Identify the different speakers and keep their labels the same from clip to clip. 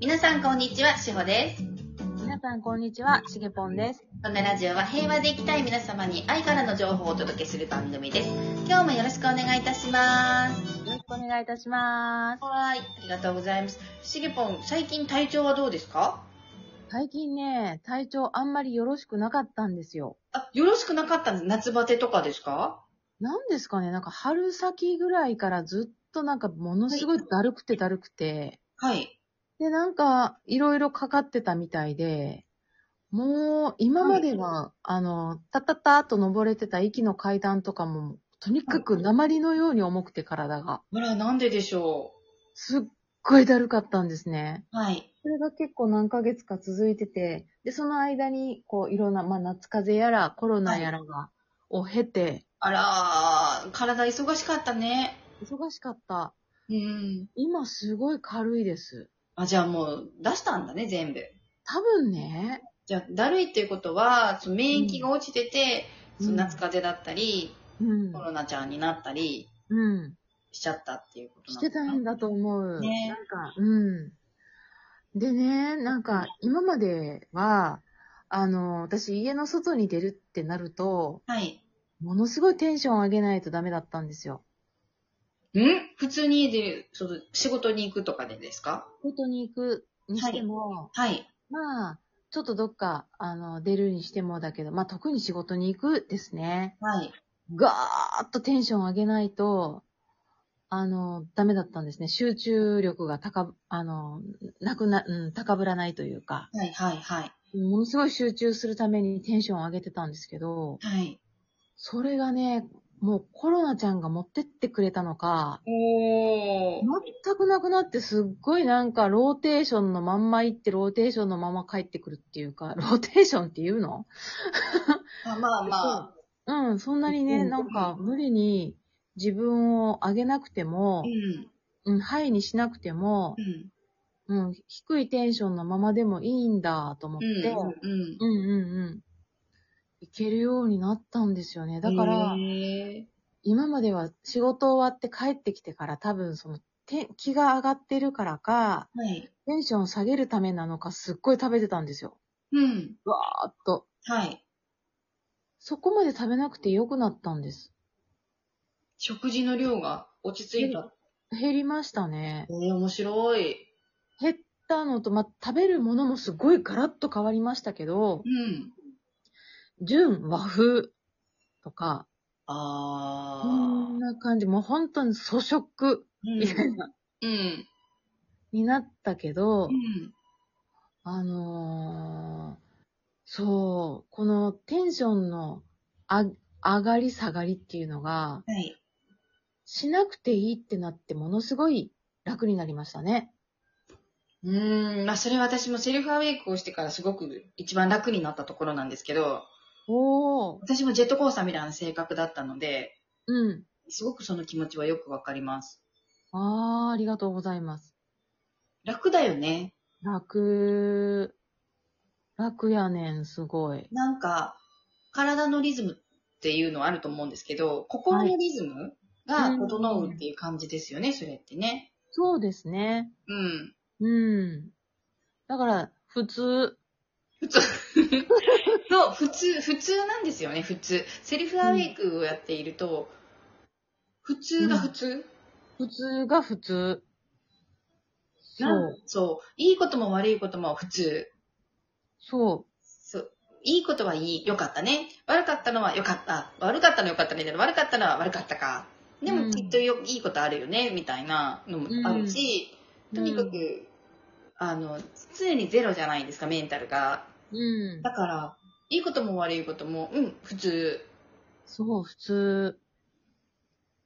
Speaker 1: 皆さんこんにちは、しほです。
Speaker 2: 皆さん、こんにちは。しげぽんです。
Speaker 1: このラジオは平和で生きたい皆様に愛からの情報をお届けする番組です。今日もよろしくお願いいたします。
Speaker 2: よろしくお願いいたします。
Speaker 1: はーい、ありがとうございます。しげぽん、最近体調はどうですか
Speaker 2: 最近ね、体調あんまりよろしくなかったんですよ。
Speaker 1: あ、よろしくなかったんです。夏バテとかですか
Speaker 2: なんですかね、なんか春先ぐらいからずっとなんかものすごいだるくてだるくて、
Speaker 1: はい。
Speaker 2: で、なんかいろいろかかってたみたいで、もう今までは、あの、たたたっと登れてた息の階段とかも、とにかく鉛のように重くて体が、
Speaker 1: あら、なんででしょ
Speaker 2: すっごいだるかったんですね。
Speaker 1: う。はい。
Speaker 2: それが結構何ヶ月か続いてて、で、その間に、こう、いろんな、まあ、夏風邪やら、コロナやらが、を経て、
Speaker 1: あらー、体忙しかったね。
Speaker 2: 忙しかった。
Speaker 1: うん。
Speaker 2: 今、すごい軽いです。
Speaker 1: あ、じゃあもう出したんだね、全部。
Speaker 2: 多分ね、
Speaker 1: じゃあ、だるいっていうことは、その免疫が落ちてて、
Speaker 2: うん
Speaker 1: その夏風邪だったり、
Speaker 2: うん
Speaker 1: コ。ロナちゃんになったり
Speaker 2: うん。
Speaker 1: しちゃったっていうこと
Speaker 2: し
Speaker 1: な
Speaker 2: て
Speaker 1: のか
Speaker 2: た
Speaker 1: なん
Speaker 2: だと思う。
Speaker 1: ね
Speaker 2: なんか、うん。でね、なんか、今までは、あの、私、家の外に出るってなると、
Speaker 1: はい。
Speaker 2: ものすごいテンション上げないとダメだったんですよ。
Speaker 1: ん普通に家で、その、仕事に行くとかでですか
Speaker 2: 外に行くにしても、
Speaker 1: はい。
Speaker 2: まあ、ちょっとどっか、あの、出るにしてもだけど、まあ、特に仕事に行くですね。
Speaker 1: はい。
Speaker 2: ガーッとテンション上げないと、あの、ダメだったんですね。集中力が高ぶ、あの、なくな、うん、高ぶらないというか、
Speaker 1: はい、はい、はい。
Speaker 2: ものすごい集中するためにテンションを上げてたんですけど、
Speaker 1: はい。
Speaker 2: それがね、もうコロナちゃんが持ってってくれたのか、
Speaker 1: おー。
Speaker 2: 全くなくなってすっごいなんかローテーションのまんま行ってローテーションのまま帰ってくるっていうか、ローテーションっていうの
Speaker 1: あまあまあ。
Speaker 2: うん、そんなに
Speaker 1: う
Speaker 2: ね、
Speaker 1: ん
Speaker 2: なんか無理に自分を上げなくても
Speaker 1: う、ん。
Speaker 2: うん、ハイにしなくても
Speaker 1: う、ん。
Speaker 2: うん、低いテンションのままでもいいんだと思っ
Speaker 1: う
Speaker 2: て、
Speaker 1: ん。
Speaker 2: う
Speaker 1: うん。
Speaker 2: んうんうん。いけるようになったんですよね。だから
Speaker 1: へ、ー
Speaker 2: 今までは仕事終わって帰ってきてから多分その、て気が上がってるからか、
Speaker 1: はい。
Speaker 2: テンションを下げるためなのかすっごい食べてたんですよ。
Speaker 1: うん。
Speaker 2: わーっと。
Speaker 1: はい。
Speaker 2: そこまで食べなくて良くなったんです。
Speaker 1: 食事の量が落ち着いた。
Speaker 2: 減りましたね。
Speaker 1: えー、面白い。
Speaker 2: 減ったのと、まあ、食べるものもすごいガラッと変わりましたけど
Speaker 1: う、ん。
Speaker 2: 純和風とか、こ
Speaker 1: あ
Speaker 2: んな感じ、もう本当に粗食
Speaker 1: ー。
Speaker 2: みたいな、
Speaker 1: うん。
Speaker 2: になったけど
Speaker 1: う、ん。
Speaker 2: あのーそう、このテンションのあ上がり下がりっていうのが、
Speaker 1: はい。
Speaker 2: しなくていいってなってものすごい楽になりましたね。
Speaker 1: うーん、まあそれは私もセルフアウェイクをしてからすごく一番楽になったところなんですけど、
Speaker 2: おー、
Speaker 1: 私もジェットコースターみたいな性格だったので、
Speaker 2: うん。
Speaker 1: すごくその気持ちはよくわかります。
Speaker 2: あー、ありがとうございます。
Speaker 1: 楽だよね。
Speaker 2: 楽、楽やねん、すごい。
Speaker 1: なんか、体のリズムっていうのはあると思うんですけど、心のリズムが整うっていう感じですよね、それってね。
Speaker 2: そうですね。
Speaker 1: うん。
Speaker 2: うん。だから、普通。
Speaker 1: そう、普通、普通なんですよね、普通。セルフアウェイクをやっていると、普通が普通、
Speaker 2: 普通が普通。そ
Speaker 1: なん
Speaker 2: う。
Speaker 1: そう。いいことも悪いことも普通。
Speaker 2: そ
Speaker 1: そう。いいことはいい。良かったね。悪かったのは良かった。悪かったの良かったみたいな。悪かったのは悪かったか。で
Speaker 2: う
Speaker 1: も
Speaker 2: ん
Speaker 1: きっとよ、いいことあるよね、みたいなのもあるし、
Speaker 2: う。
Speaker 1: とにかく、
Speaker 2: うん。
Speaker 1: あの、常にゼロじゃないですか、メンタルが。
Speaker 2: うん
Speaker 1: だから、いいことも悪いことも、うん、普通。
Speaker 2: そう、普通。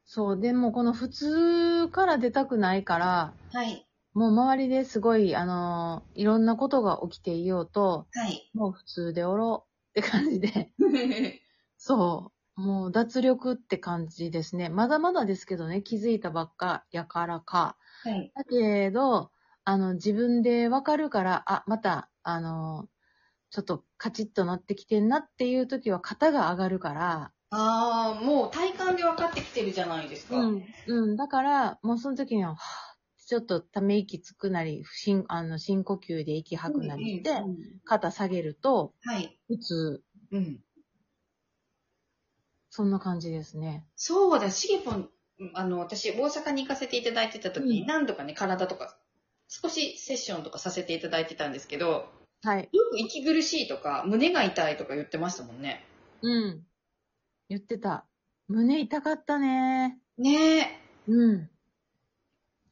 Speaker 2: そう、でもこの普通から出たくないから、
Speaker 1: はい。
Speaker 2: もう周りですごい、あのいろんなことが起きていようと、
Speaker 1: はい。
Speaker 2: もう普通でおろうって感じで。そう。もう脱力って感じですね。まだまだですけどね、気づいたばっかやからか。
Speaker 1: はい。
Speaker 2: だけど、あの、自分でわかるから、あ、また、あの、ちょっとカチッとなってきてんなっていう時は肩が上がるから、
Speaker 1: ああ、もう体感で分かってきてるじゃないですか。
Speaker 2: うん、だから、もうその時には、はぁってちょっとため息つくなり、不深あの深呼吸で息吐くなりして、
Speaker 1: うんうん
Speaker 2: 肩下げると、
Speaker 1: はい。
Speaker 2: 普通、
Speaker 1: うん。
Speaker 2: そんな感じですね。
Speaker 1: そうだ、しげぽん、あの、私、大阪に行かせていただいてた時
Speaker 2: う
Speaker 1: に、
Speaker 2: ん
Speaker 1: 何度かね、体とか、少しセッションとかさせていただいてたんですけど、
Speaker 2: はい。
Speaker 1: よく息苦しいとか、胸が痛いとか言ってましたもんね。
Speaker 2: うん。言ってた。胸痛かったね。
Speaker 1: ねえ。
Speaker 2: うん。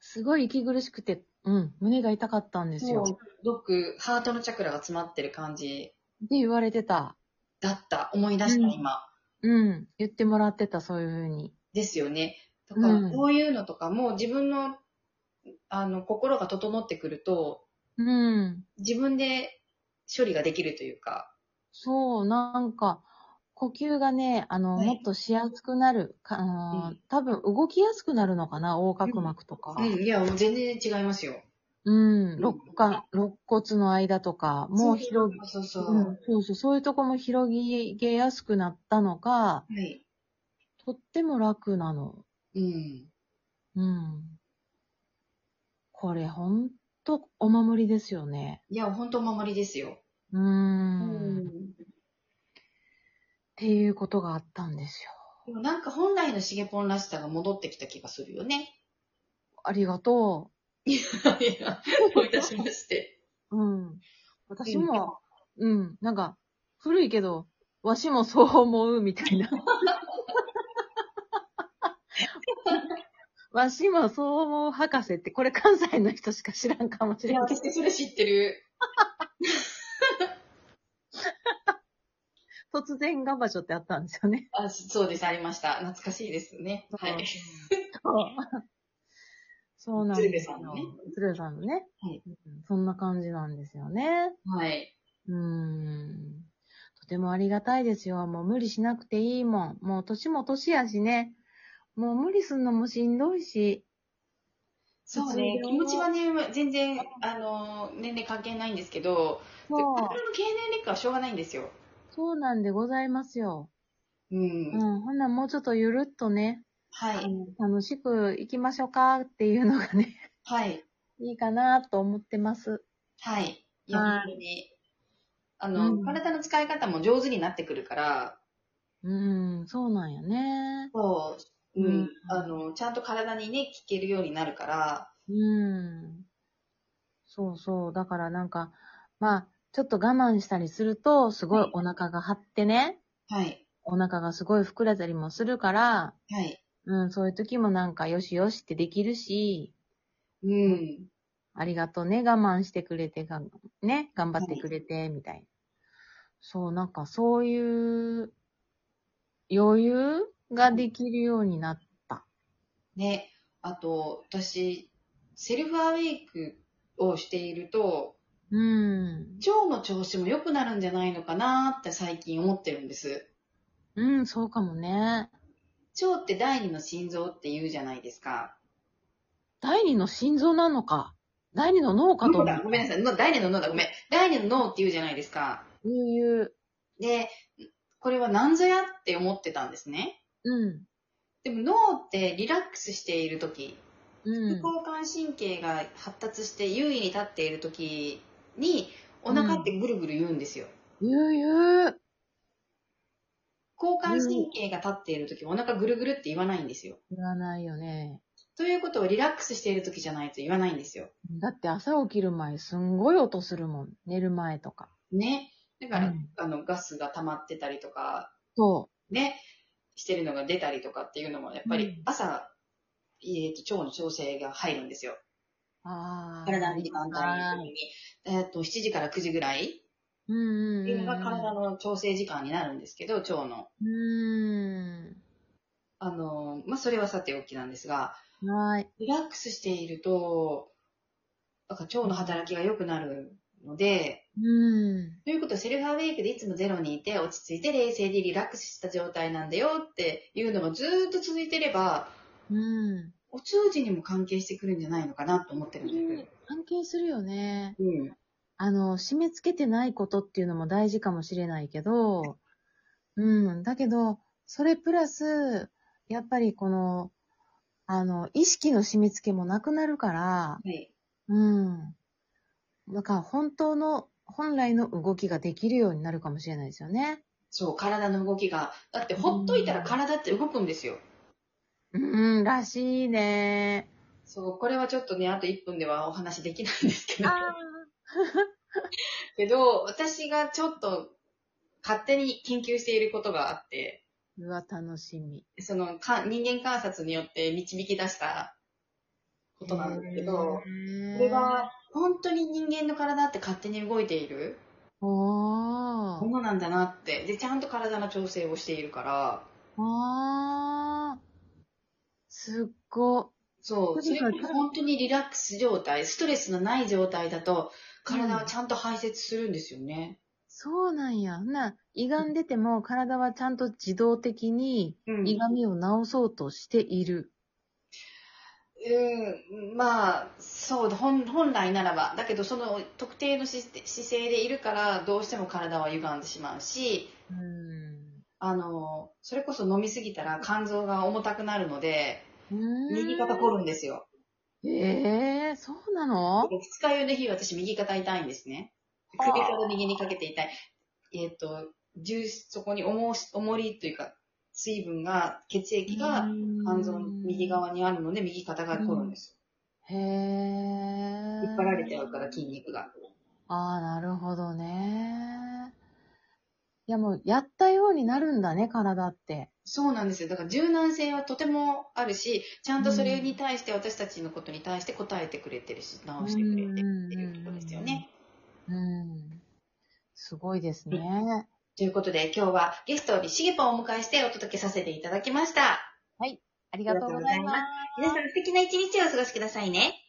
Speaker 2: すごい息苦しくて、うん、胸が痛かったんですよ。
Speaker 1: そ
Speaker 2: っ
Speaker 1: うよくハートのチャクラが詰まってる感じ
Speaker 2: て言われてた。
Speaker 1: だった。思い出した、
Speaker 2: うん
Speaker 1: 今。
Speaker 2: うん。言ってもらってた、そういうふうに。
Speaker 1: ですよね。だから、
Speaker 2: うん
Speaker 1: こういうのとかも自分の、あの、心が整ってくると、
Speaker 2: うん。
Speaker 1: 自分で処理ができるというか。
Speaker 2: そう、なんか、呼吸がね、あの、
Speaker 1: はい
Speaker 2: もっとしやすくなる。かあのー
Speaker 1: うん
Speaker 2: 多分動きやすくなるのかな、横隔膜とか。
Speaker 1: うん、いや、もう全然違いますよ。
Speaker 2: うん。肋骨、肋骨の間とか、もう広げ、
Speaker 1: そうそうそう。
Speaker 2: うん、そうそう、そういうとこも広げやすくなったのが、
Speaker 1: はい。
Speaker 2: とっても楽なの。
Speaker 1: うん。
Speaker 2: うん。これほんとお守りですよね。
Speaker 1: いや、本当お守りですよ。
Speaker 2: うー。
Speaker 1: うん
Speaker 2: っ。ていうことがあったんですよ。
Speaker 1: でもなんか本来のシゲポンらしさが戻ってきた気がするよね。
Speaker 2: ありがと
Speaker 1: いや、 思い出しまして。
Speaker 2: う。うん。私も、うん、なんか、古いけど、わしもそう思うみたいな。 わしもそう思う博士って、これ関西の人しか知らんかもし
Speaker 1: い
Speaker 2: れ
Speaker 1: や、
Speaker 2: ない。
Speaker 1: 私それ知ってる。
Speaker 2: 突然ガバチョってあったんですよね。
Speaker 1: あそうです、ありました。懐かしいですね。はい。
Speaker 2: そう。そうなんですよ
Speaker 1: 鶴瓶さんのね。
Speaker 2: 鶴瓶さんのね。
Speaker 1: はい
Speaker 2: うんそんな感じなんですよね。
Speaker 1: はい。
Speaker 2: うーん。とてもありがたいですよ。もう無理しなくていいもん。もう年も年やしね。もう無理すんのもしんどいし。
Speaker 1: そうね、
Speaker 2: 普通
Speaker 1: 気
Speaker 2: に思
Speaker 1: 持
Speaker 2: う
Speaker 1: ちはね、全然、あの、年齢関係ないんですけど、
Speaker 2: そう
Speaker 1: 体の、経年劣化はしょうがないんですよ。
Speaker 2: そうなんでございますよ。
Speaker 1: う。
Speaker 2: うんん。ほんならもうちょっとゆるっとね、
Speaker 1: はい。
Speaker 2: 楽しく行きましょうかっていうのがね、
Speaker 1: はい。
Speaker 2: いいかなと思ってます。
Speaker 1: はい。いや、
Speaker 2: はい
Speaker 1: 本当に。あの、
Speaker 2: うん
Speaker 1: 体の使い方も上手になってくるから、
Speaker 2: うん、そうなんやね。
Speaker 1: そう、うん、
Speaker 2: うん
Speaker 1: あの、ちゃんと体にね、効けるようになるから、
Speaker 2: うん。そうそう。だからなんか、まあ、ちょっと我慢したりすると、すご
Speaker 1: はい
Speaker 2: いお腹が張ってね、
Speaker 1: はい。
Speaker 2: お腹がすごい膨れたりもするから、
Speaker 1: はい。
Speaker 2: うん、そういう時もなんかよしよしってできるし、
Speaker 1: うん。
Speaker 2: ありがとうね、我慢してくれて、がね、頑張ってくれて、みたいな。そう、なんかそういう余裕ができるようになった。
Speaker 1: ね、あと、私、セルフアウェイクをしていると、
Speaker 2: うん。
Speaker 1: 腸の調子も良くなるんじゃないのかなって最近思ってるんです。
Speaker 2: うん、そうかもね。
Speaker 1: 腸って第二の心臓って言うじゃないですか。
Speaker 2: 第二の心臓なのか。第二の脳かと
Speaker 1: 脳
Speaker 2: 思
Speaker 1: だ、
Speaker 2: う。
Speaker 1: ごめんなさい。の第二の脳だ、ごめん。第二の脳って言うじゃないですか。
Speaker 2: ゆうゆう。
Speaker 1: で、これは何ぞやって思ってたんですね。
Speaker 2: うん。
Speaker 1: でも脳ってリラックスしている時、
Speaker 2: う
Speaker 1: 副
Speaker 2: ん。
Speaker 1: 交感神経が発達して優位に立っている時に、お腹ってぐるぐる言うんですよ。
Speaker 2: ゆうゆう。
Speaker 1: 交感神経が立っている時、お腹ぐるぐるって言わないんですよ。
Speaker 2: 言わないよね。
Speaker 1: ということはリラックスしている時じゃないと言わないんですよ。
Speaker 2: だって朝起きる前すんごい音するもん。寝る前とか。
Speaker 1: ね。だから、
Speaker 2: うん
Speaker 1: あの、ガスが溜まってたりとか、
Speaker 2: そ
Speaker 1: ね、してるのが出たりとかっていうのも、やっぱ
Speaker 2: う
Speaker 1: り
Speaker 2: ん
Speaker 1: 朝、えっ、と、腸の調整が入るんですよ。
Speaker 2: う。ああ。
Speaker 1: 体の時間帯
Speaker 2: はい
Speaker 1: に。えっ、と、7時から9時ぐらい
Speaker 2: うん
Speaker 1: っ
Speaker 2: うん
Speaker 1: ていうのが体
Speaker 2: う
Speaker 1: の調整時間になるんですけど、腸の。
Speaker 2: ん。う
Speaker 1: あの、まあ、それはさておきなんですが、
Speaker 2: ーん。はい。
Speaker 1: リラックスしていると、なんか腸の働きが良くなるので、
Speaker 2: うん。
Speaker 1: ということは、セルフアウェイクでいつもゼロにいて、落ち着いて冷静でリラックスした状態なんだよっていうのがずーっと続いてれば、
Speaker 2: うん。
Speaker 1: お通じにも関係してくるんじゃないのかなと思ってるんだけど。
Speaker 2: 関係するよね。
Speaker 1: うん。
Speaker 2: あの、締め付けてないことっていうのも大事かもしれないけど、うん。だけど、それプラス、やっぱりこの、あの、意識の締め付けもなくなるから、
Speaker 1: はい。
Speaker 2: うん。だから本当の、本来の動きができるようになるかもしれないですよね。
Speaker 1: そう、体の動きが。だって、ほっといたら体って動くんですよ。
Speaker 2: うん、らしいね。
Speaker 1: そう、これはちょっとね、あと1分ではお話できないんですけど、
Speaker 2: あ
Speaker 1: けど、私がちょっと勝手に研究していることがあって、
Speaker 2: ー。うわ、楽しみ。
Speaker 1: そのか人間観察によって導き出したことなんですけど、
Speaker 2: へー
Speaker 1: これは本当に人間の体って勝手に動いている
Speaker 2: お
Speaker 1: も
Speaker 2: ー。
Speaker 1: のなんだなって、で、ちゃんと体の調整をしているから、
Speaker 2: あー。すっご。
Speaker 1: そう、
Speaker 2: と
Speaker 1: そ
Speaker 2: に
Speaker 1: れ
Speaker 2: かく
Speaker 1: が本当にリラックス状態、ストレスのない状態だと、体はちゃんと排泄するんですよね。
Speaker 2: そうなんや。ほな、胃がん出ても体はちゃんと自動的に
Speaker 1: うん
Speaker 2: 胃がみを治そうとしている。
Speaker 1: うん、まあ、そう、本本来ならば。だけど、その特定の姿勢姿勢でいるから、どうしても体は歪んでしまうし、
Speaker 2: うん。
Speaker 1: あの、それこそ飲みすぎたら肝臓が重たくなるので、
Speaker 2: うん
Speaker 1: 右肩凝るんですよ。
Speaker 2: ええー、そうなの
Speaker 1: 二日酔いの日、私右肩痛いんですね。
Speaker 2: あー
Speaker 1: 首から右にかけて痛い。えっ、と、重そこに重し重りというか、水分が、血液が肝臓の右側にあるので、右肩が凝るんです
Speaker 2: へえ。
Speaker 1: よ。引っ張られちゃうから、筋肉が。
Speaker 2: ああ、なるほどね。いや、もう、やったようになるんだね、体って。
Speaker 1: そうなんですよ。だから柔軟性はとてもあるし、ちゃんとそれに対して、私たちのことに対して答えてくれてるし、直してくれてるっていうところですよね。
Speaker 2: うん。すごいですね。
Speaker 1: ということで、今日はゲストにしげぽんをお迎えしてお届けさせていただきました。
Speaker 2: ありがとうございます。
Speaker 1: 皆さん素敵な一日をお過ごしくださいね。